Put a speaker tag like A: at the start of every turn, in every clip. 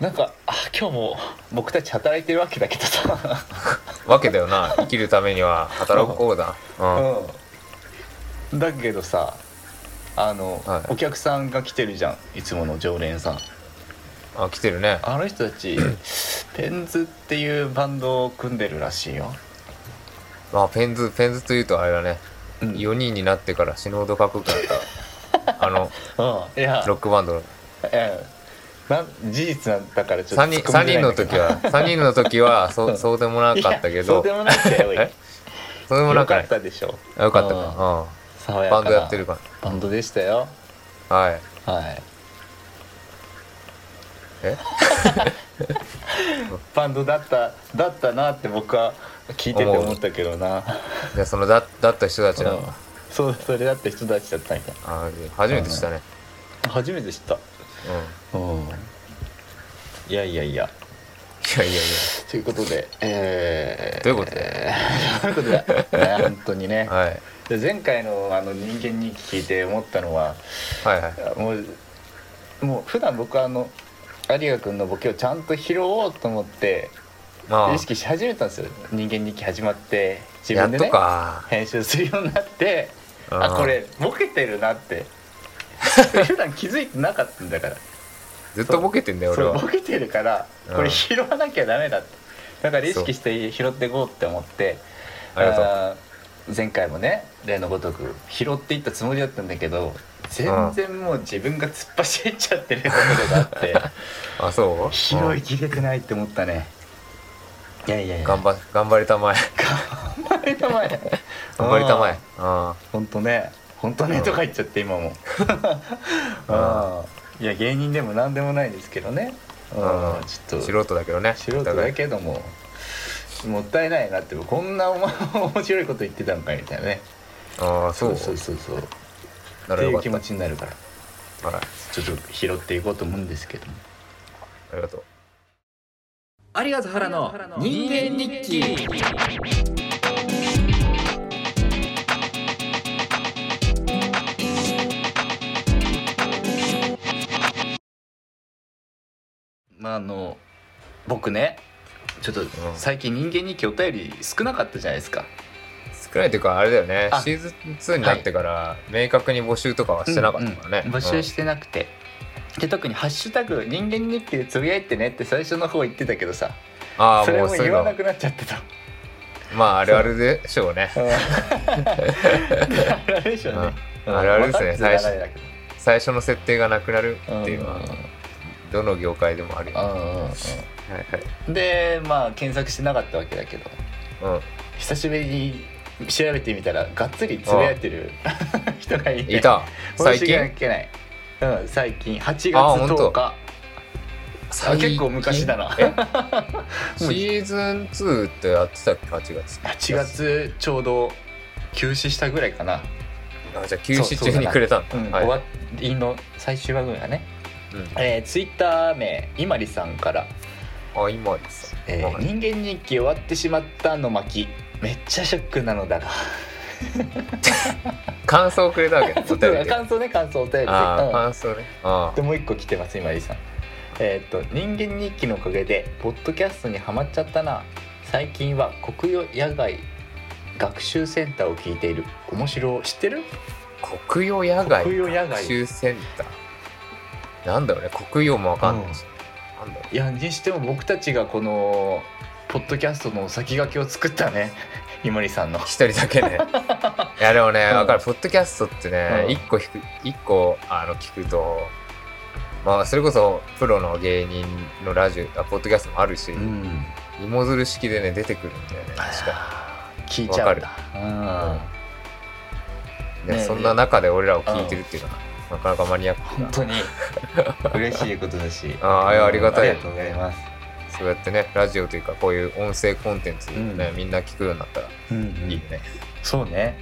A: なんかあ今日も僕たち働いてるわけだけどさ、
B: わけだよな生きるためには働く方だうん、
A: うん、だけどさあの、
B: はい
A: お客さんが来てるじゃんいつもの常連さん
B: あ来てるね
A: あの人た ちペンズっていうバンドを組んでるらしいよ、
B: まあペンズペンズというとあれだね、
A: うん
B: 4人になってから死ぬほどかっこよくなった あの
A: うん、いや
B: ロックバンドの
A: ええなん事実なんだからちょっと
B: 3人
A: 突っ込
B: 三
A: みづらいん
B: 人の
A: だけど
B: 時は3人の時はそうそうでもなかった
A: い
B: け
A: やそう
B: ど
A: でもなくてよ
B: えそうでもな
A: よ
B: く
A: か
B: ない
A: ったでしょ
B: あよかった
A: うん
B: か、
A: 爽
B: うん、
A: やか
B: バ
A: な
B: ンドやってるか
A: バンドでしたよ
B: らはい
A: はい
B: え
A: バンドだっただったなって僕は聞いてて思ったけどな
B: じゃあそのだだった人たちなの、
A: うんそうそれだって人たちだったんや
B: あ初めて知ったね
A: 初めて知った
B: うん、
A: うんいやいやいや
B: いやいやい
A: ということでえー、
B: どういうことだよ
A: えーどういうことだよね本当にね
B: や、はい、
A: で前回のあの人間日記聞いて思ったのは
B: はいはい
A: もうもう普段僕はあの有賀君のボケをちゃんと拾おうと思って
B: ああ
A: 意識し始めたんですよ人間日記始まって自
B: や
A: 分で
B: っと
A: ね
B: か
A: 編集するようになって
B: うん
A: あこれボケてるなって 普段気づいてなかったんだから
B: ずっとボケてんだよ
A: そ
B: 俺
A: う
B: は
A: ボケてるから
B: うん
A: これ拾わなきゃダメだってだから意識して拾っていこうって思って
B: ありがとう
A: あー前回もね例のごとく拾っていったつもりだったんだけど全然もう自分が突っ走っちゃってるところがあって
B: あそう
A: 拾いきれてないって思ったねいやいやい
B: うん
A: や
B: 頑張頑張れたまえ
A: 張りたまえ
B: 頑張れたまえ
A: うん
B: あ
A: ほんとねほんとね
B: うん
A: とか言っちゃって今 もあーいや芸人でも何でもないですけどねうん
B: あ
A: ちょっと
B: 素人だけどね
A: 素人だけどももったいないなってこんなお前面白いこと言ってたんかいみたいなね
B: ああそう
A: そうそうそう
B: な
A: っ
B: ら
A: てい
B: よ
A: う
B: か
A: 気
B: った
A: 持ちになるから
B: はい
A: ちょっと拾っていこうと思うんですけど
B: ありがとう
A: 有賀原の人間日記まああの僕ねちょっと最近人間日記お便り少なかったじゃないですか
B: 少ないというかあれだよね
A: あ
B: シーズン2になってから明確に募集とかはしてなかったからね、
A: うんうん募集してなくて、で特に「ハッシュタグ人間日記」でつぶやいてねって最初の方言ってたけどさ
B: うんああ
A: それ
B: もう
A: も
B: そういう
A: 言わな
B: の
A: くなっちゃってた
B: まああるあるでしょうね
A: うんあれでしょうね、
B: うんあるあるですね
A: 分かってたらあれだけ
B: 最初の設定がなくなるっていうの
A: う
B: は
A: ん
B: どの業界でもあるよ
A: ど
B: ね
A: うんうん
B: はい
A: うんでまあ検索してなかったわけだけど
B: はい
A: 久しぶりに調べてみたらがっつりつぶやいてる 人がい
B: うん
A: て
B: いた
A: 申
B: 最
A: し
B: 近
A: 訳ない、うん、最近8月
B: あ本
A: 10
B: 当
A: 日あ結構昔だな
B: えシ ーズン2ってやってたっけ8月
A: 8月ちょうど休止したぐらいかな、
B: あじゃあ休止中にくれたんだ
A: うん
B: はい
A: 終わりの最終話ぐらいだね、
B: うん
A: えー、ツイッター名いまりさんから、
B: あ今です
A: えー
B: はい
A: 人間日記終わってしまったの巻めっちゃショックなのだ が
B: 感想をくれたわけ
A: ちょ
B: お
A: っと
B: 便りで
A: 感想ね感想お便りで,、
B: ああ
A: う
B: 感想ねあ
A: ん、でもう一個来てますいまりさんえーっと人間日記のおかげでポッドキャストにはまっちゃったな最近は国用野外学習センターを聞いている面白い知ってる
B: あ国用野外
A: 国用野外
B: 学習センターなんだろうね国用もわかんないし、なんだろ
A: いやにしても僕たちがこのポッドキャストの先駆けを作ったねいまりさんの
B: う一人だ けねいやでもね
A: うん
B: わかるポッドキャストってね
A: うん
B: 一個聞く一個あの聞くとまあそれこそプロの芸人のラジオあポッドキャストもあるし、
A: ん
B: 芋づる式でね出てくるんだよね確か
A: 聞いちゃうんだ
B: にで
A: ね
B: そんな中で俺らを聞いてるっていうのは、なかなかマニアッ
A: うん
B: クな
A: 本当に嬉しいことだし
B: あーいやありがたい
A: ありがとうございます
B: そうやってねラジオというかこういう音声コンテンツ、ね
A: うん
B: みんな聞くようになったら
A: うんうん
B: いいよね、
A: そうね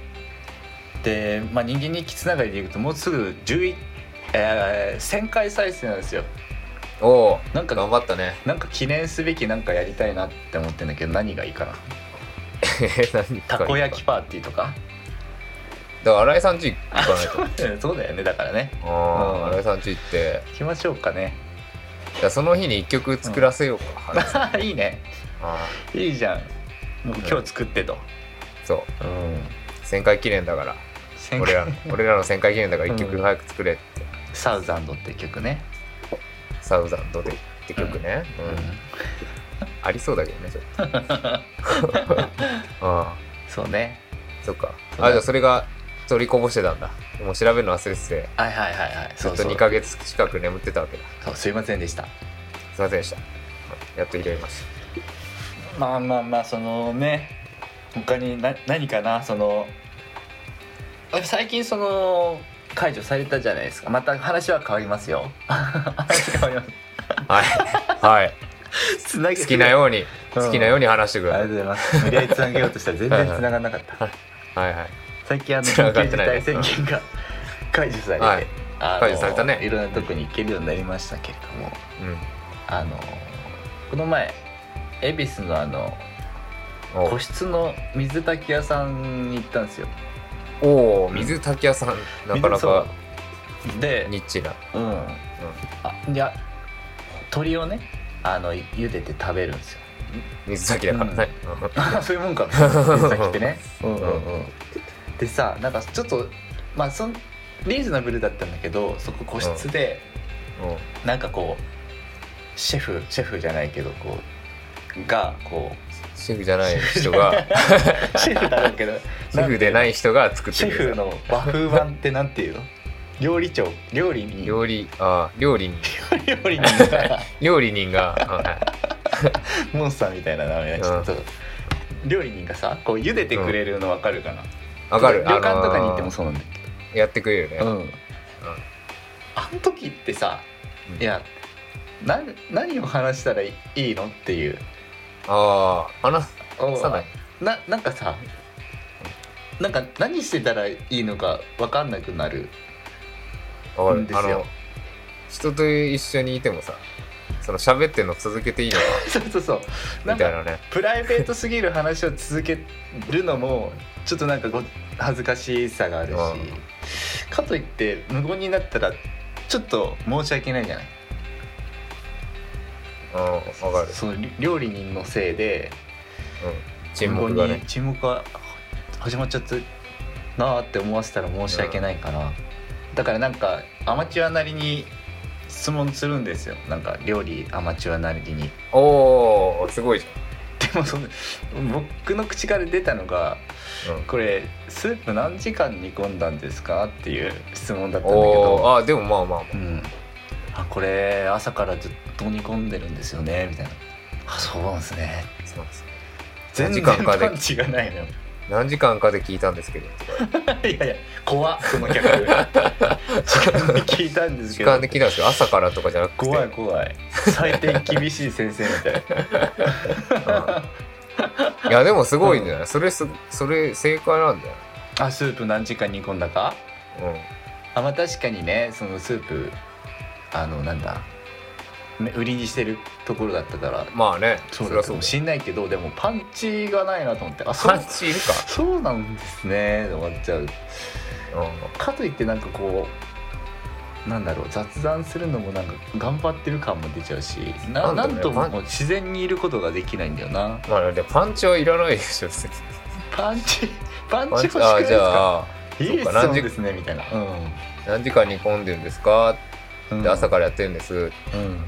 A: で、まあ、人間日記つながりでいくともうすぐ11、えー、1000回再生なんですよ
B: おお
A: なんか
B: 頑張ったね
A: なんか記念すべきなんかやりたいなって思ってんだけど何がいいかな
B: 何
A: たこ焼きパーティーとか
B: だから新井さん家行かないと
A: そうだよねだからね
B: あ
A: うん
B: ー新井さん家行って
A: 行きましょうかね
B: じゃあその日に一曲作らせようか、原さん
A: いいね
B: あ
A: いいじゃんもう今日作ってと
B: ーそう
A: うん
B: 旋回記念だから
A: 戦
B: 俺 らの俺らの旋回記念だから一曲
A: うん
B: 早く作れって、
A: サウザンドって曲ね、
B: サウザンドでって曲ね、うんありそうだけどね ち ょっとあ
A: そうね
B: ーそっか
A: そうだ
B: あじゃあそれが取りこぼしてたんだもう調べるの忘れてて
A: はいはいはいはい
B: ず
A: そ
B: っ
A: う
B: と
A: そう
B: 2ヶ月近く眠ってたわけだ
A: そうすいませんでした
B: すいませんでしたやっと入れまし
A: まあまあまあそのね他にな何かなその最近その解除されたじゃないですかまた話は変わります よ話変わりま
B: たはい はい
A: すつなげて
B: 好きなように
A: うん
B: 好きなように話してくだ
A: あ
B: さ
A: りがと
B: い
A: ござ
B: う
A: います無理やりつなげようと したら全然つながんなかった
B: はいはい
A: 最近あの
B: 繋
A: 緊
B: が
A: 急
B: って
A: 事
B: ないね
A: 態宣言が解除されて、
B: はい
A: あの
B: 解除されたね
A: いろんなとこに行けるようになりましたけれども
B: う
A: あのこの前恵比寿のあの
B: ん
A: 個室の水炊き屋さんに行ったんですよ
B: おおー水炊き屋さんなかなか
A: 水そうで
B: ニッチな
A: うん、あいや鶏をねあの茹でて食べるん ですよ
B: 水炊きだからね、
A: そういうもんか水炊きってねうん
B: う
A: うんんうんでさなんかちょっとまあそんリーズナブルだったんだけどそこ個室で、
B: うんうん
A: なんかこうシェフシェフじゃないけどこうがこ
B: シェフじゃない 人が
A: うシェフだろうけど
B: シェフでない人が作って
A: シェ
B: くれ
A: フ
B: る
A: の和風版ってなんていうの料理長料理人料
B: 料理あー料理人
A: 理人が
B: 料理人がは
A: モンスターみたいな名前になっちゃった料理人がさこう茹でてくれるの分かるかな、
B: いわかる
A: 旅館とかに行っても
B: あ
A: そうなんだけ
B: のーやってくれるね
A: ど、うんあの時ってさ
B: うん
A: いやな何を話したらいいのっていう
B: ああ話さない
A: ななんかさなんか何してたらいいのか分かんなくなる
B: わか
A: いいん
B: る
A: です
B: あ
A: よ
B: の人と一緒にいてもさその喋ってんの続けていい のか
A: そうそうそうな
B: み
A: ん
B: たい
A: か
B: なね
A: プライベートすぎる話を続けるのもちょっとなんかご恥ずかしさがあるし、かといって無言になったらちょっと申し訳ないじゃない
B: うんわかる
A: その料理人のせいで
B: 沈黙が
A: 無言
B: ね
A: に沈黙が始まっちゃったなーって思わせたら申し訳ないから、だからなんかアマチュアなりに質問するんですよなんか料理アマチュアなりに
B: おおすごいじ
A: でもその僕の口から出たのが
B: ゃん、うん
A: これスープ何時間煮込んだんですかっていう質問だったんだけ
B: お
A: ど、
B: おあでもまあまあま
A: うん、あこれ朝からずっと煮込んでるんですよねみたいなあそうなんですね
B: あそうです
A: 全
B: 何時
A: 然
B: 間かで
A: パンチがないのよ
B: 何時間かで聞いたんですけど
A: いやいや怖っこの 客時間で聞いたんです
B: 時
A: けど
B: 間で聞いたんですけど朝からとかじゃなくて
A: 怖い怖い採点厳しい先生みたい
B: うんいやでもすごいんじゃない、それすそれ正解なんだよ、
A: なあスープ何時間煮込んだかあまあ確かにねそのスープあのなんだね売りにしてるところだったから
B: うん、まあね
A: そう
B: りゃ
A: だかもしんないけどでもパンチがないなと思ってあそ
B: パ
A: う
B: ンチいるか、
A: そうなんですねって思っちゃう
B: う
A: かといってなんかこうなんだろう雑談するのもなんか頑張ってる感も出ちゃうしなな
B: な
A: ん
B: だろうんね
A: とも
B: パン、
A: 自然にいることができないんだよなん
B: まあでもパンチはいらないでしょ別に
A: パンチパンチ
B: パン
A: 欲し
B: チ
A: くない
B: あ
A: で
B: じ
A: すか
B: ゃあ
A: いい
B: そう
A: 質
B: か何
A: 問
B: 時
A: ですねみたいな、
B: 何時間煮込んでるんですか
A: うん
B: って朝からやってるんです、
A: ら、うん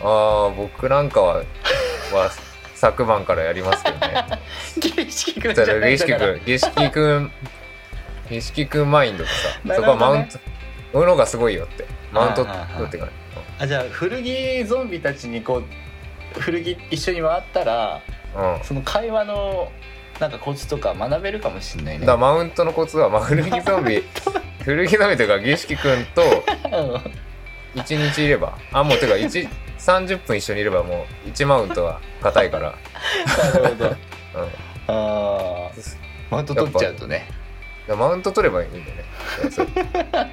B: ああ僕なんかは は昨晩からやりますけどね
A: 儀式 くんじ
B: そ
A: ゃない
B: れ
A: んだから
B: 儀式君儀式君儀式君マインドでさ、
A: な
B: そ
A: る
B: こは
A: ほどね
B: マウント俺の方がすごいよってマウント
A: はいはいはい
B: 取ってかない
A: あじゃあ古着ゾンビたちにこう古着一緒に回ったら
B: うん
A: その会話のなんかコツとか学べるかもしれない
B: だ
A: ね
B: からマウントのコツは、まあ、古着ゾンビ古着ゾンビというか儀式君と
A: う
B: 1日いればあもうてか1 30分一緒にいればもう1マウントは硬 いから、
A: んなるほど
B: うん、だか
A: あーマウント取っちゃうとね
B: らマウント取ればいいんだよ ねだからそう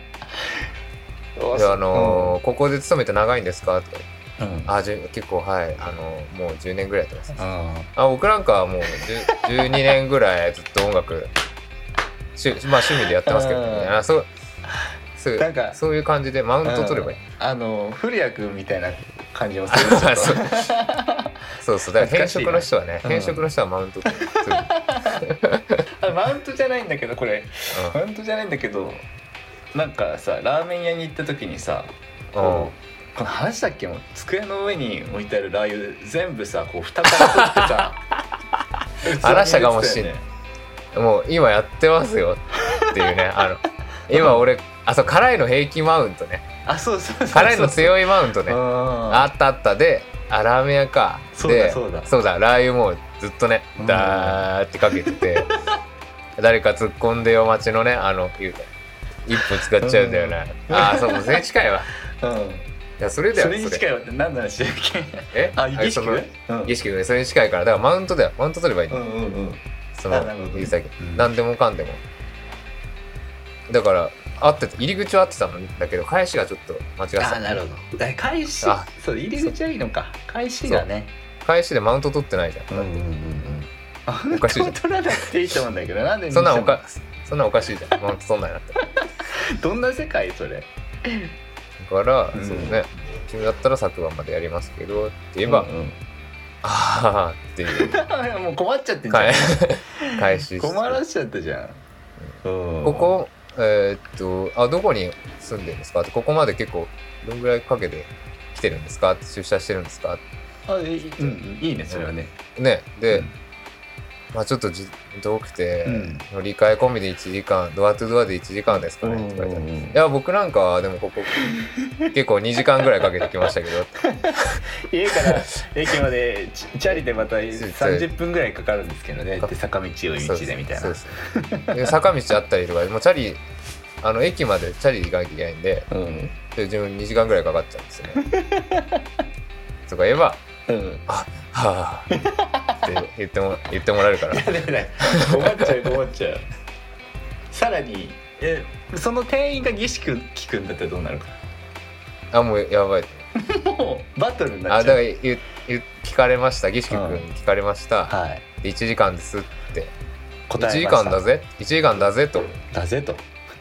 B: であのーここで勤めて長いんですか?」とか
A: うんうん
B: 「あじゅ結構はいあのーもう10年ぐらいやってます」
A: あ
B: あ僕なんかはもう10 12年ぐらいずっと音楽しまあ趣味でやってますけどね
A: うん
B: あそうそう
A: なんか
B: そういう感じでマウント取ればいい、
A: あの古谷君みたいな感じもするちょっと
B: そうそうそうだか
A: 懐か
B: ら変
A: しいな
B: 色の人はね
A: うん
B: 変色の人はマウント取る、うん
A: あマウントじゃないんだけどこれマウントじゃないんだけどなんかさラーメン屋に行った時にさこうこの話だっけもう机の上に置いてあるラー油全部さこう蓋 から取ってさ
B: 荒らしたかもしんない
A: 器に
B: うんもう今やってますよっていうねあの今俺あそう辛いの平均マウントね
A: 入れてたよねあそうそうそうそう
B: 辛いの強いマウントね
A: あ
B: あったあったであラーメン屋か
A: そうだ
B: で
A: そうだ
B: ラー油もうずっとね
A: うん
B: ダーってかけ てて誰か突っ込んでよ街のねあの言うたら一歩使っちゃうんだよね、
A: うん
B: ああそうもうそれに近いわ
A: う
B: いやそれ
A: ん
B: だよ
A: それに近いわって何の話だっけ
B: え
A: あ儀式
B: その
A: うん
B: 儀式がそれに近いからだからマウントだよマウント取ればいいん
A: う
B: だよ、
A: んうんうん
B: その
A: あなるほどね
B: 指先、
A: うん
B: 何でもかんでもだから合ってた入り口は合ってたんだけど返しがちょっと間違って
A: あ
B: た
A: なるほどえ開始
B: あ
A: そう入り口はいいのか開始がね
B: 返しでマウント取ってないじゃん
A: うんうんうんうんあ
B: おかしいじゃん
A: 取らなくていいと思うんだけどなんで
B: そんなんおかそんなんおかしいじゃんマウント取んないなって
A: どんな世界それ
B: だから、
A: うん
B: そうね君だったら昨晩までやりますけどって言えば、
A: うん
B: ああっていう
A: うん もう困っちゃってんじゃ
B: 返
A: ん
B: 返し
A: 困らしちゃったじゃん、うん
B: ここえーっとあどこに住んでるんですかってここまで結構どんぐらいかけて来てるんですかって出社してるんですか
A: あいい,、うん、いいねそれはね
B: ねで、
A: うん
B: まあちょっとじ遠くて、
A: うん
B: 乗り換え込みで1時間ドアトゥドアで1時間ですかねって書いてある。いや僕なんかはでもここ結構2時間ぐらいかけてきましたけど
A: 家から駅までチチャリでまた30分ぐらいかかるんですけどね
B: そう
A: で坂道を
B: そう
A: 道でみたい
B: そ
A: な
B: うそうで坂道あったりとかもうチャリあの駅までチャリ行かなきゃいけないんで
A: うん
B: で自分2時間ぐらいかかっちゃうんで すよねとか言えば
A: うん
B: 「はあ」って言っても言ってもらえるから
A: いやだから困っちゃう困っちゃうさらにえその店員が儀式聞くんだったらどうなるか
B: あもうやばい
A: もうバトルにな
B: あ
A: っちゃ
B: だから
A: う
B: 言言聞かれました儀式君
A: うん
B: 聞かれました
A: はい
B: で1時間ですって1
A: 答え
B: 時
A: ました
B: 間だぜ1時間だぜと
A: だぜと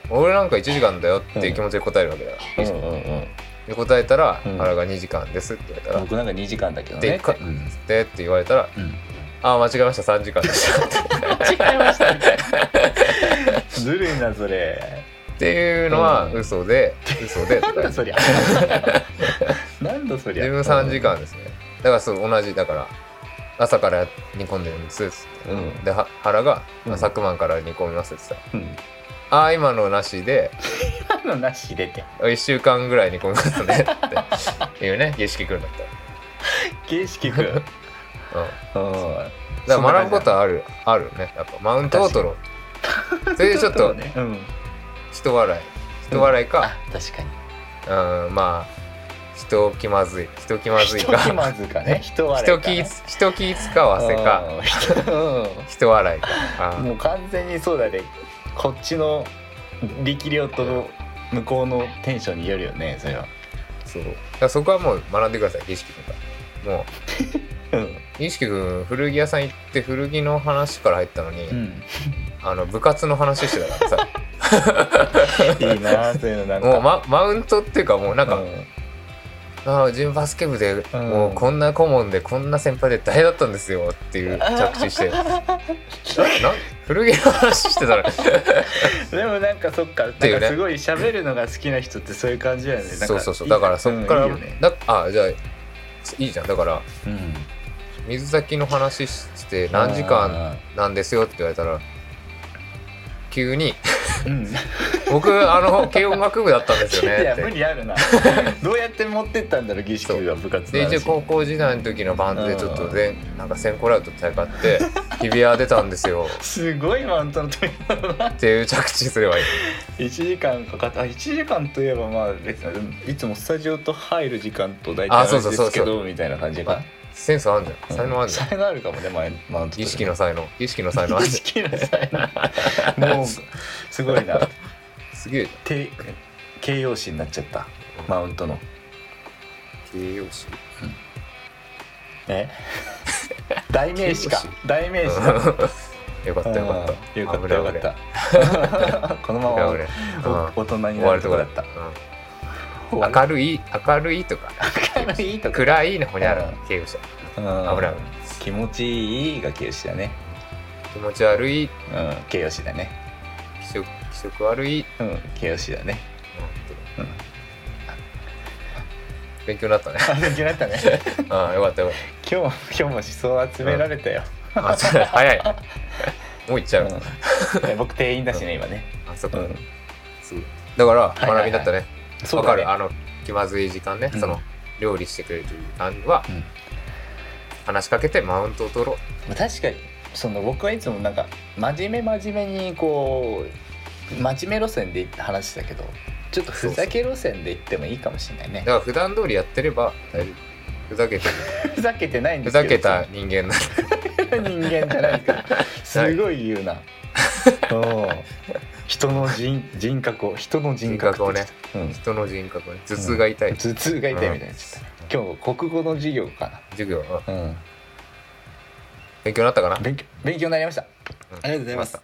B: 俺なんか1時間だよっていう気持ちで答えるわけだよ、
A: うんうんうん
B: で答えたら「
A: うん
B: あらが2時間です」って言われたら
A: 僕なんか2時間だけどね
B: でか
A: うん
B: 「で」って言われたら
A: うん
B: 「あ間違えました3時間でした」
A: 違いましたみたいなずるいなそれ
B: っていうのは
A: うん
B: 嘘で、嘘で
A: なんだそりゃなんだそりゃ
B: 自分3時間ですねだからそう同じだから朝から煮込んでるんですっつって
A: うん
B: では原が
A: うん
B: 「昨晩から煮込みます」ってさ
A: うん
B: 「ああ今のなしで
A: 今のなし入れて
B: 1週間ぐらい煮込みますね」ってい うね儀式くんだった
A: 形式くん うん
B: うんだから学ぶことはあるあるねやっぱマウントを取ろ うそれでちょっと
A: ねうん
B: 人笑い人笑い
A: あ
B: か
A: 確かに
B: うんまあ人気まずい人気まずい
A: 人気
B: か
A: まずかね人笑い
B: 人
A: か
B: 気
A: ね
B: 人気使わせか
A: う
B: 人笑いかあ
A: ん
B: ー
A: もう完全にそうだねこっちの力量と向こうのテンションによるよねそれは
B: そうだからそこはもう学んでください儀式君からも
A: うん
B: う儀式君古着屋さん行って古着の話から入ったのに、
A: うん
B: あの部活の話してたから さ
A: いいなあそういうのなんか
B: もう、ママウントっていうかもうなんか、
A: うん
B: ああ自分バスケ部で、
A: うん
B: もうこんな顧問でこんな先輩で大変だったんですよっていう着地し てな古着の話してたら
A: でもなんかそっかなんか
B: ていうね
A: すごい喋るのが好きな人ってそういう感じだよね なんか
B: そうそうそうだからそっから、
A: うんいいよね
B: だあじゃあいいじゃんだから
A: うん
B: 水先の話して何時間なんですよって言われたら急に
A: うん
B: 僕あの軽音楽部だったんですよ
A: い
B: ね
A: や
B: って
A: 無理ある などうやって持ってったんだろう儀式は部活
B: で
A: の
B: 一応
A: 話
B: 高校時代の時のバンドでちょっとでなんか先行ラウト戦って日比谷出たんですよ
A: すごいマウントの取り方だな
B: っていう着地すればいい
A: 1時間かかったあ1時間といえばまあ別にいつもスタジオと入る時間と大体
B: あ
A: 同
B: そ
A: じ
B: うそう
A: で
B: そう
A: すけどみたいな感じかな
B: センスあんじゃん才能あんじゃん
A: 才能あるかもねマウマウント
B: 意識の才能意識の才能あん
A: 意
B: じ
A: 識の才 能もうすごいな
B: ゃんすげえ
A: て形容詞になっちゃったマウントの
B: 形容詞
A: え代名詞か
B: 形容
A: 代名詞だ
B: よかったよかった
A: よかったよかった このまま
B: 危ない危ない
A: お大人
B: うん
A: に
B: 終
A: な
B: わ
A: る
B: る
A: と
B: と
A: こだ
B: こだ
A: っ
B: ったたうん明るい明るいとか
A: のいいとこ
B: 暗いのほにゃら
A: うん
B: 形容詞だ
A: うん
B: 危ない
A: 気持ちいいが形容詞だね
B: 気持ち悪い
A: うん形容詞だね
B: 気色気色悪い、
A: うん形容詞だね
B: うん
A: うん
B: 勉強に なったね
A: あ勉強になったね
B: ああよかったよかっ
A: 今日も今日も思想集められたよ、
B: たあそうだ早いもう行っちゃうの、
A: うん僕店員だしね今ね
B: あそっ
A: う
B: か、
A: ん
B: そうだから
A: いはいはい
B: 学びになったねわ、
A: そう
B: か
A: だ
B: る、
A: ね
B: あの気まずい時間ね、
A: うん
B: その料理してくれる時間は、
A: うん
B: 話しかけてマウントを取ろう
A: 確かにその僕はいつもなんか真面目真面目にこう真面目路線で話してたけどちょっとふざけ路線で言ってもいいかもしれないね
B: だから普段通りやってれば大丈夫ふざけてる
A: ふざけてないんで
B: ふ
A: すけ
B: ざ
A: ど
B: けた人間な
A: 人間じゃないからすごい言うな、うん人の人人格を人の 人格って言って
B: 人の人格はね頭痛が痛い、
A: た、うん、頭痛が痛いみたいな今日国語の授業か
B: 授業は
A: な、うん、
B: 勉強になったかな、
A: 勉強勉強になりました
B: うん
A: ありがとうございます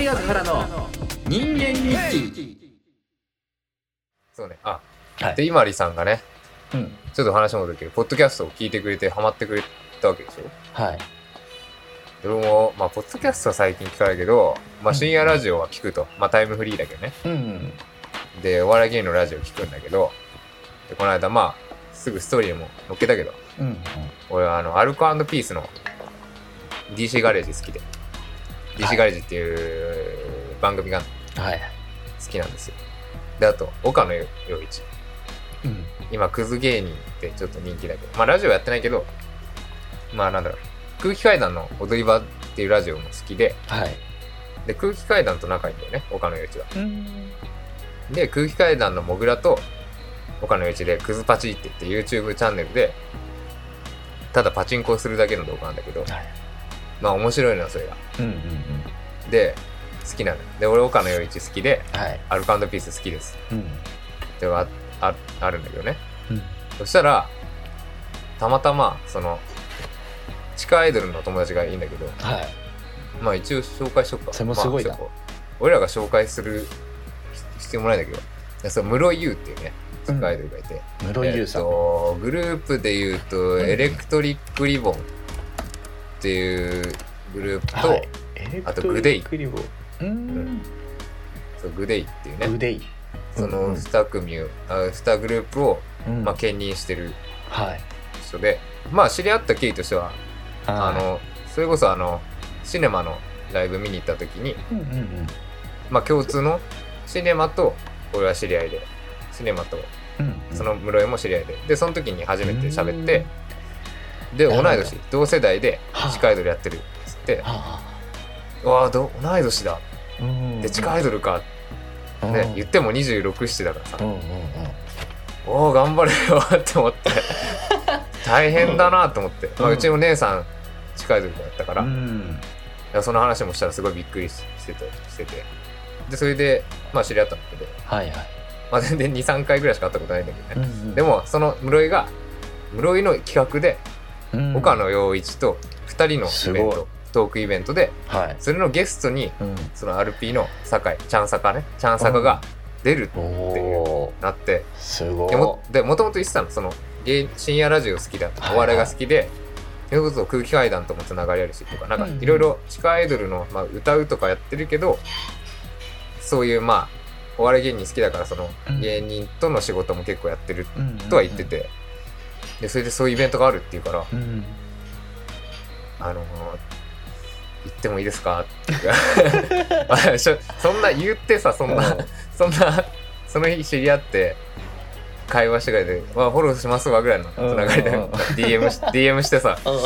A: 有賀原の人間日記
B: そうねあ、
A: はい
B: で今里さんがね
A: うん
B: ちょっと話戻るけどポッドキャストを聞いてくれてハマってくれたわけでしょ
A: はい
B: 俺も、まあ、ポッドキャストは最近聞かないけど、まあ、深夜ラジオは聞くと、まあ、タイムフリーだけどね
A: うん
B: でお笑い芸人のラジオ聞くんだけどでこの間まあすぐストーリーにも載っけたけど
A: うん
B: 俺はあのアルコピースの DC ガレージ好きで DC ガレージっていう番組が好
A: はい
B: きなんですよであと岡野陽一
A: うん
B: 今クズ芸人ってちょっと人気だけどまあラジオやってないけどまあなんだろう空気階段の踊り場っていうラジオも好きで
A: はい
B: で空気階段と仲いいんだよね岡野陽一は
A: うん
B: で空気階段のモグラと岡野陽一でクズパチって言って YouTube チャンネルでただパチンコをするだけの動画なんだけど
A: はい
B: まあ面白いのよそれが
A: うんうんうん
B: で好きなので俺岡野陽一好きで
A: はい
B: アルコピース好きです
A: うん
B: ではああるんだけどね
A: うん
B: そしたらたまたまその地下アイドルの友達がいいんだけど
A: はい
B: まあ一応紹介しとくか
A: それもすごいな
B: まあちょっと俺らが紹介する必要もないんだけどでそう室井優っていうね地下アイドルがいて、
A: 室井優さん、
B: えっとグループでいうと、
A: ん
B: エレクトリックリボンっていうグループと、
A: はいエレ
B: あ
A: ク
B: と
A: トリ
B: グデイ
A: ックリボうん
B: そうグデイっていう
A: グ
B: ね
A: デイ
B: そ
A: うん
B: の2組を、あ2グループを、
A: うん
B: まあ、兼任してる
A: はい
B: 人でまあ知り合った経緯としてはあ
A: はい
B: のそれこそあのシネマのライブ見に行った時に、
A: うんうんうん
B: まあ、共通のシネマと俺は知り合いでシネマと
A: うんうん
B: その室井も知り合いででその時に初めて喋ってで同い
A: なるほ
B: 年同世代で
A: はあ
B: 地下アイドルやってるっつって
A: は
B: 「わあど同い年だ」
A: あうん
B: で地下アイドルかって、
A: うん
B: ね言っても267だからさ
A: うんうんうん
B: 「おお頑張れよ」って思って 大変だなと思って、まあ、
A: うん
B: うちの姉さん地下アイドルだったから、
A: うん
B: いやその話もしたらすごいびっくりしててしててでそれで、まあ、知り合ったんだけど、
A: はいはい
B: まあ、全然23回ぐらいしか会ったことないんだけどね、
A: で
B: で
A: も、
B: もその室井が室井の企画で
A: うん
B: 岡野陽一と2人
A: す
B: の
A: ご
B: イ
A: い
B: ベントトークイベントで
A: はい、
B: それのゲストに
A: うん、
B: その RP の酒井ちゃん坂ねちゃん坂が出る
A: お
B: って
A: お
B: なって
A: すごい
B: でもでもともと言ってたのその芸深夜ラジオ好きだと
A: はいは
B: か
A: い
B: お笑いが好きでそれこそ空気階段ともつながりあるしとかなんか
A: うんうん
B: いろいろ地下アイドルの、まあ、歌うとかやってるけどそういうまあお笑い芸人好きだからその
A: うん
B: 芸人との仕事も結構やってる
A: うんうんうん
B: とは言っててでそれでそういうイベントがあるっていうから
A: うん
B: 「あのー行ってもいいですか?」っていうか あしょそんな言ってさそんなそんな、その日知り合って、会話してくれて、わあ、フォローしますわぐらいのつながりで、
A: うんうんうん
B: DM し DM してさ、
A: うん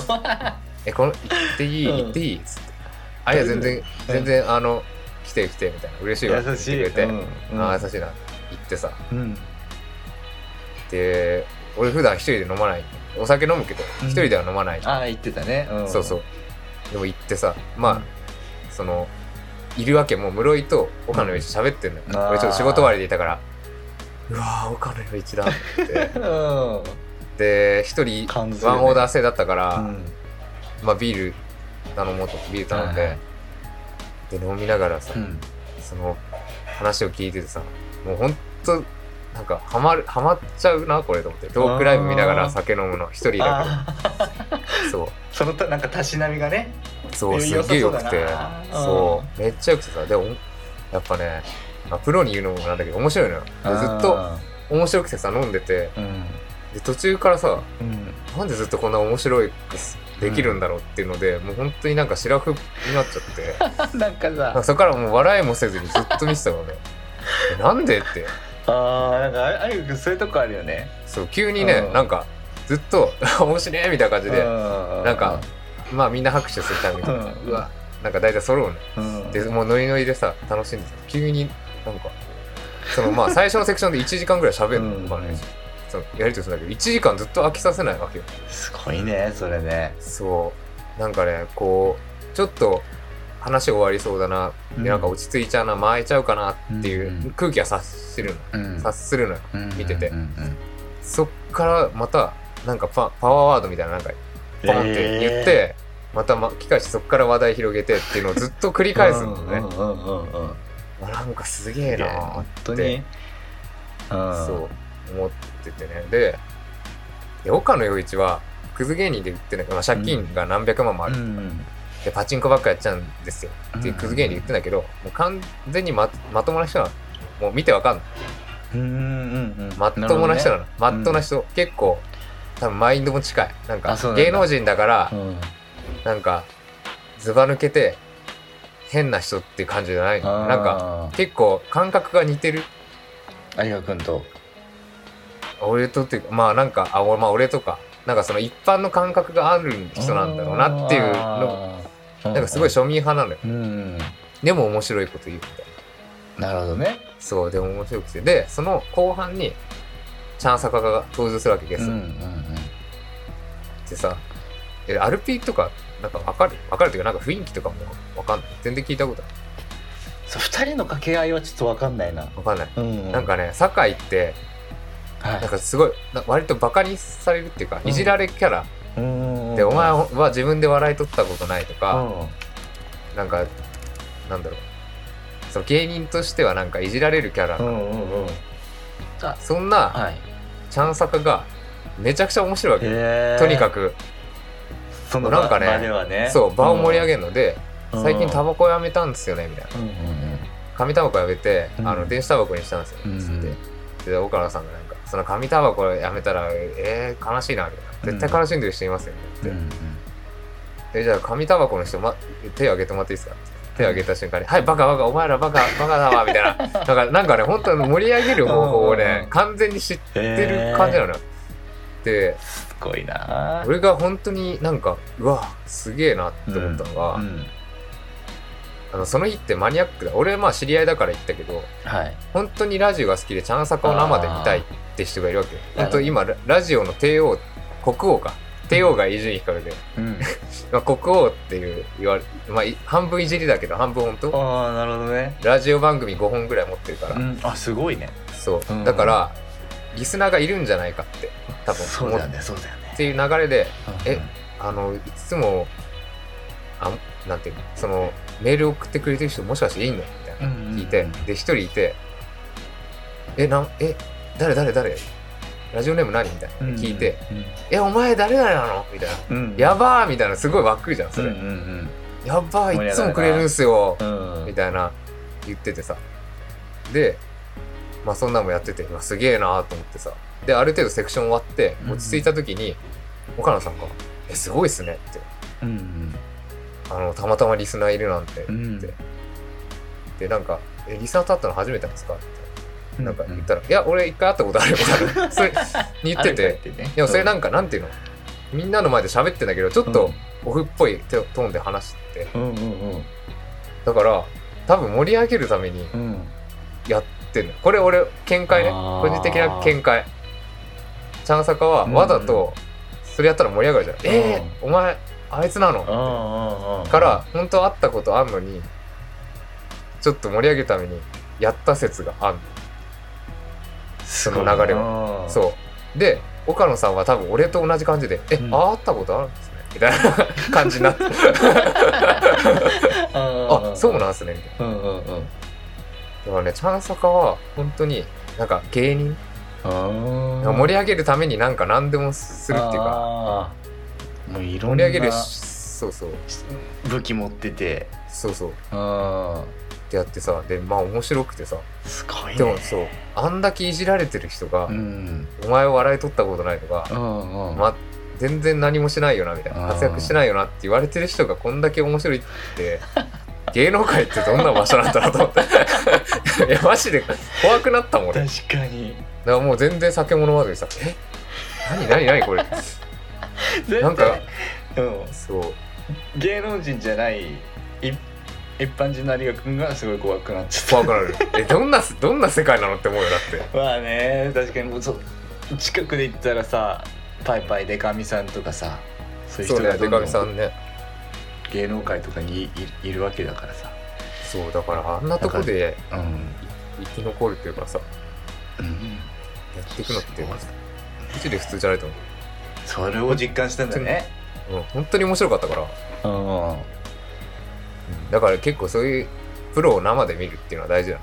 B: え、この、行っていい、
A: うん
B: 行っていいっつって。あ、いや、全然、全然、あの、来て来て、みたいな、嬉しいわ。
A: 優しい
B: 言ってくれて、
A: うん
B: ああ、優しいな。行ってさ、
A: うん
B: で、俺普段一人で飲まない。お酒飲むけど、
A: うん
B: 一人では飲まない。
A: ああ言ってたね、ん
B: そうそう。でも行ってさ、まあ、その、いるわけ、もう室井と岡野陽一喋ってんのよ。
A: うん
B: 俺ちょっと仕事終わりでいたから、うわー、岡野陽 一だって。
A: うん
B: で一人
A: 感じ
B: ワンオーダー制だったから、
A: うん
B: まあ、ビール頼もうとビール頼んで、
A: はいはい
B: で飲みながらさ、
A: うん
B: その話を聞いててさもう本となんかハマるハマっちゃうなこれと思ってトークライブ見ながら酒飲むの一人だ
A: あ
B: けどそう
A: ーそのたなんかたしなみがね
B: そうす
A: 良
B: っ
A: さ
B: げえ
A: そ
B: よ
A: うだ
B: く
A: な
B: て
A: うん
B: そうめっちゃよくてさでもやっぱね、まあ、プロに言うのもなんだけど面白いのよでずっと
A: あ
B: 面白くてさ飲んでて
A: ーうん
B: で途中からさ
A: うん
B: なんでずっとこんな面白いできるんだろうっていうので、もう本当になんか白くになっちゃって
A: あな
B: なん
A: んか
B: か
A: さ
B: そこからもう笑いもせずにずっと見てたのねえなんでって
A: あーなんかあれあゆくんそういうとこあるよね
B: そう急にね
A: うん
B: なんかずっと 「面白い」みたいな感じで
A: な
B: なんかまあみんな拍手するために
A: うん
B: うわなんか大体揃うね
A: うん
B: でもうノリノリでさ楽しんでさ急になんかそのまあ最初のセクションで1時間ぐらい喋る
A: うん
B: のかねそのやりとりするんだけど1時間ずっと飽きさせないわけよ
A: すごいねそれね
B: そうなんかねこうちょっと話終わりそうだな、
A: うん
B: でなんか落ち着いちゃうな巻いちゃうかなってい
A: うん
B: う空気が察するの、
A: うん
B: 察するのよ見てて
A: うんうんうん
B: そっからまたなんかパパワーワードみたいななんかポンって言って、また巻き返してそっから話題広げてっていうのをずっと繰り返すのね、
A: うんうんうんうんうん
B: あなんかすげえ
A: い
B: な
A: や
B: ーっ
A: 本
B: て
A: 当にうん
B: そう思っててねでで岡野陽一はクズ芸人で言ってないまあ、借金が何百万もある、
A: うん
B: でパチンコばっかやっちゃうんですよっていうクズ芸人言ってんだけど、もう完全にままともな人なのもう見てわかんない
A: うんうんうん
B: まっともな人な
A: る
B: のまっとな人、結構多分マインドも近いなんか
A: あそうなんだ
B: 芸能人だから
A: ほどね
B: なんかずば抜けて変な人っていう感じじゃない
A: うんあ
B: の
A: ー
B: なんか結構感覚が似てる
A: 有賀君と
B: 俺とっていうかまあなんかあ俺,、まあ、俺とかなんかその一般の感覚がある人なんだろうなっていうの
A: の
B: なんかすごい庶民派なのよ
A: うんうん
B: でも面白いこと言うみたいな。
A: なるほどね
B: そう、でも面白くて。で、その後半に、チャンサカが登場するわけゲスト
A: うん
B: に。
A: うん
B: でさ、え、アルピーとか、なんかわかるわかるというか、なんか雰囲気とかもわかんない。全然聞いたことない。
A: そう二人の掛け合いはちょっとわかんないな
B: わかんない。
A: うん
B: なんかね、酒井って、
A: はい
B: なんかすごい、な割とバカにされるっていうか、
A: うん
B: いじられキャラ。
A: うん
B: で、お前は自分で笑い取ったことないとか、
A: うん
B: なんか、なんだろう。その芸人としてはなんかいじられるキャ
A: う
B: ラ。
A: んうんうん
B: そんな、
A: はい
B: チャンサカが、めちゃくちゃ面白いわけ。
A: へ
B: とにか
A: く
B: く、
A: その
B: なんかね
A: 場ではね
B: そう、場を盛り上げるので、
A: うん
B: 最近タバコやめたんですよねみたいな
A: うんうんうん
B: 紙タバコやめて、
A: うん
B: あの電子タバコにしたんですよ
A: うん
B: つって、で岡野さんがなんかその紙タバコやめたらえー、悲しいなみたいな絶対悲しんでる人いますよねって、
A: うん
B: でじゃあ紙タバコの人、ま、手挙げてもらっていいですか手挙げた瞬間に「はいバカバカお前らバカバカだわ」みたいな なんかなんかね本当に盛り上げる方法
A: う
B: を
A: んうん
B: ね
A: うん
B: 完全に知っ
A: うん
B: てる感じなのよです
A: ごいな
B: 俺が本当になんかうわすげえなって思ったのが、
A: うんうん
B: あのその日ってマニアックだ俺まあ知り合いだから行ったけど
A: はい
B: 本当にラジオが好きでチャンサカを生で見たいって人がいるわけよ
A: あー
B: 本当今ララジオの帝王国王か帝王が伊集院光で、
A: うん
B: まあ、国王っていう言われ、まあ、い半分いじりだけど半分本当
A: ああなるほどね
B: ラジオ番組5本ぐらい持ってるから、
A: うんあすごいね
B: そう
A: うん
B: だからリスナーがいるんじゃないかって多分
A: そう
B: 思
A: だ
B: っ
A: よねそうだよね
B: ていう流れでえ
A: うん
B: あのいつもあなんていうのそのメール送ってくれてる人もしかしていいのみたいな。
A: うん
B: 聞いて、で一人いて「えなんえ誰誰誰ラジオネーム何?」みたいな
A: うん
B: 聞いて「えお前誰々なの?」みたいな
A: うん
B: 「やばー」みたいなすごい湧くじゃんそ
A: うん
B: れ
A: うんうん
B: 「や
A: 盛り上が
B: ば
A: る
B: ー
A: ない
B: つもくれるんすよ
A: うん」
B: みたいな言っててさでまあそんなんもやっててうわすげえなーと思ってさである程度セクション終わって
A: うん
B: 落ち着いた時に岡野さんが「えすごいっすね」って
A: うん
B: 「あのたまたまリスナーいるなんて」
A: うん
B: ででなんか「えリスナーと会ったの初めてなんですか?」
A: う
B: なんか言ったら「いや俺一回会ったことあるよ」 みたいなそれに言っててでもそれなんかなんていうのみんなの前で喋ってんだけどちょっとオフっぽいトーンで話してて
A: うんうんうん
B: だから多分盛り上げるために
A: うん
B: やってんのこれ俺見解ね
A: あー
B: 個人的な見解チャンサカはわざとそれやったら盛り上がるじゃん「ええお前あいつなの?」
A: ああ
B: から本当は会ったことあんのにちょっと盛り上げるためにやった説があんの
A: そ
B: の流れそうで岡野さんは多分俺と同じ感じで「え、
A: うん
B: あ会ったことあるんですね」みたいな感じになって「あそうなんですね」みたいな
A: うんうんうん
B: だからねチャンサカは本当になんか芸人
A: あ
B: 盛り上げるためになんか何でもするっていうか
A: かもういろ
B: 盛
A: ん
B: り
A: な
B: 上げるしそうそう
A: 武器持ってて
B: そうそうっ
A: あ
B: てやってさでまあ面白くてさ
A: ーすごいね
B: でもそうあんだけいじられてる人が
A: うん
B: 「お前笑い取ったことない」とか
A: うんうん
B: まあ、全然何もしないよなみたいな
A: あー
B: 活躍してないよなって言われてる人がこんだけ面白いって 芸能界ってどんな場所なんだろうと思って いやマジで怖くなったもん俺だか
A: 確かに
B: らもう全然酒物まずにさ「え何何何これ」なんか
A: 絶対うん
B: そう
A: 芸能人じゃない一一般人の有賀君がすごい怖くなっちゃっ
B: 怖くなるえどんなどんな世界なのって思うよだって
A: たまあね確かにもうそう近くで行ったらさパイパイデカミさんとかさそういう
B: そう
A: 人
B: ね
A: が
B: で
A: どん
B: か
A: ど
B: み
A: ん
B: さんね
A: 芸能界とかにいいいるわけだからさ
B: そうだからあんなとこで
A: うん、
B: 生き残るっていうかさ
A: うん、
B: やっていくのって
A: すごい
B: マジで普通じゃないと思
A: それを実感したんだね
B: う、うん、本当に面白かったから
A: うん
B: だから結構そういうプロを生で見るっていうのは大事だね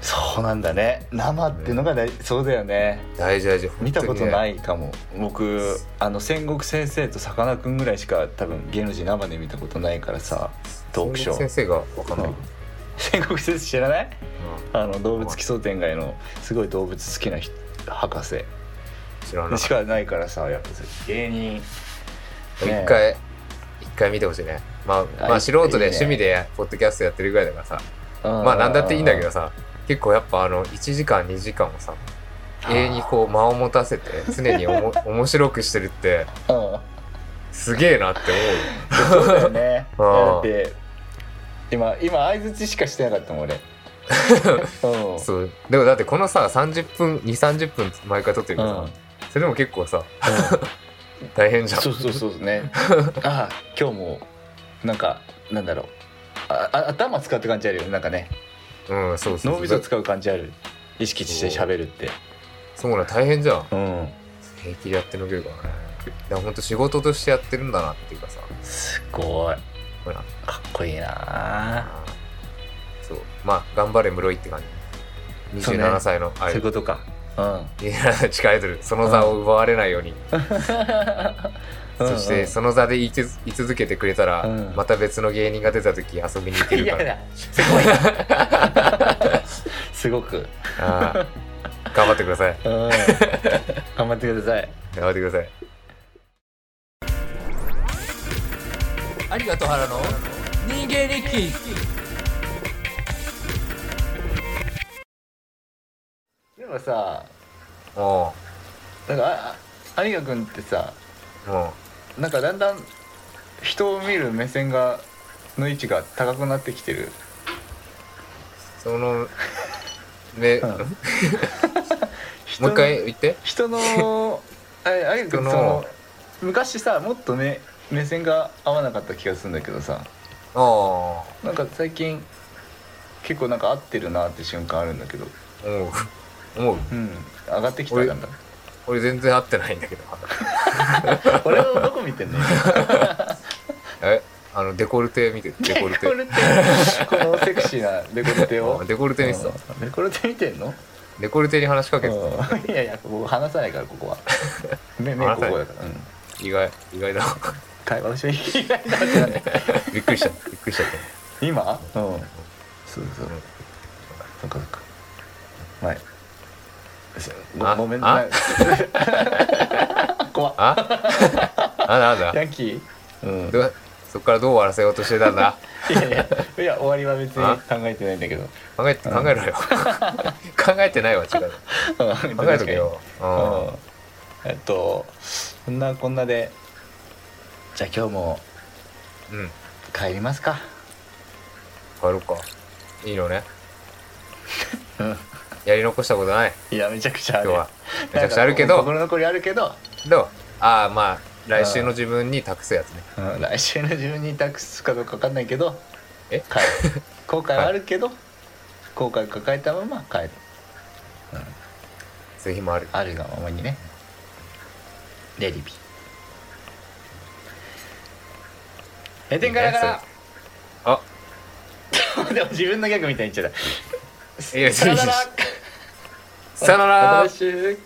A: そうなんだね生ってのが大そうだよね
B: 大事大事
A: 見たことないいかも、僕あの戦国先生とさかなクンぐらいしか多分芸能人生で見たことないからさトークショー
B: 先生がわかんない、
A: う
B: うん
A: ん戦国先生知らないあの動物奇想天外のすごい動物好きな人博士
B: 知らない
A: でしかないからさやっぱ芸人
B: 一回一回見てほしいねまあま
A: あ
B: あ素
A: いい
B: 人
A: ね
B: で趣味でポッドキャストやってるぐらいだからさ
A: ま
B: まあなんだっていいんだけどさ結構やっぱあの1時間2時間をさ永遠にこう間を持たせて常におも面白くしてるって
A: うん
B: すげえなって
A: そうだよ ねい
B: あ
A: や
B: ー
A: だって今今相づちしかしてなかったもん 俺うん
B: 思うそうでもだってこのさ30分230分毎回撮って
A: う
B: るか
A: ん
B: ら
A: う
B: さ、
A: ん
B: それでも結構さ大変じゃん
A: そうそうそうねああ今日もなんかなんだろうああ頭使って感じあるよねなんかね
B: うんそうそう
A: 脳みそ
B: そう
A: 使う感じある意識して喋るって
B: そうなん大変じゃん
A: うん
B: 平気でやってのけるからねいやほんと仕事としてやってるんだなっていうかさ
A: すごい
B: ほら
A: かっこいいなあ
B: そうまあ頑張れ室井って感じ
A: そうね
B: 27歳の
A: そ
B: ア
A: うい
B: イ
A: う
B: ド
A: ことかうん
B: ル27地下アイドルその座を奪われないように、そしてその座で居つ居続けてくれたら、
A: うん
B: また別の芸人が出た時遊びに行け
A: いや
B: るから
A: だすごいな すごく、
B: ああ頑張ってください
A: うん、頑張ってください
B: 頑張ってくださいありがとう原の人間力
A: でもさ
B: も
A: なんかあ有賀君ってさ
B: うも
A: なんかだんだん人を見る目線がの位置が高くなってきてる
B: うそ のね、
A: うん
B: もう一回言って
A: 人のあ有賀君
B: 人の
A: その昔さもっとね目線が合わなかった気がするんだけどさ
B: ああ
A: なんか最近結構なんか合ってるなって瞬間あるんだけど
B: 思う思う
A: うん上がってきたんだんだん
B: 俺全然会ってないんだけど
A: 俺のどこ見てんの
B: えあのデコルテ見てる デコルテ
A: これって このセクシーなデコルテを
B: あデコルテ見てた
A: うんデコルテ見てんの
B: デコルテに話しかけてた
A: うんいやいや僕話さないからここ は目目こ
B: 話さない
A: こだから、うん、
B: 意外意外だ
A: 会話をしないいないなってなんで
B: びっくりしたびっくりしちゃっ
A: 今うんそう
B: た
A: そう
B: うん
A: そっかそっかはい
B: あ
A: ごごめん
B: あ
A: な 怖っ
B: ああ なんだ
A: ヤンキーうん
B: どそっからどう終わらせようとしてたんだ
A: いやいやいや終わりは別に
B: あ
A: 考えてないんだけど
B: 考えて考えろよ 考えてないわ違う
A: 考
B: 考えとけようん
A: うんえっとそんなこんなでじゃあ今日も
B: うん
A: 帰りますか
B: 帰ろうかいいのね
A: うん
B: やり残したことない
A: いやめちゃくちゃあ
B: 今
A: る
B: 日はめちゃくちゃあるけど
A: なんか心残りあるけど、
B: どうああまあ来週の自分に託すやつね
A: うん、来週の自分に託すかどうか分かんないけど
B: え
A: 帰 る後悔はあるけど、後悔抱えたまま帰る
B: そういう日もある
A: あるがままにねレリビ閉店ガラガラ
B: あ
A: でも自分のギャグみたいに言っちゃっ
B: いやい
A: た
B: やい
A: ガ
B: や
A: ラガラ
B: さよなら
A: また来週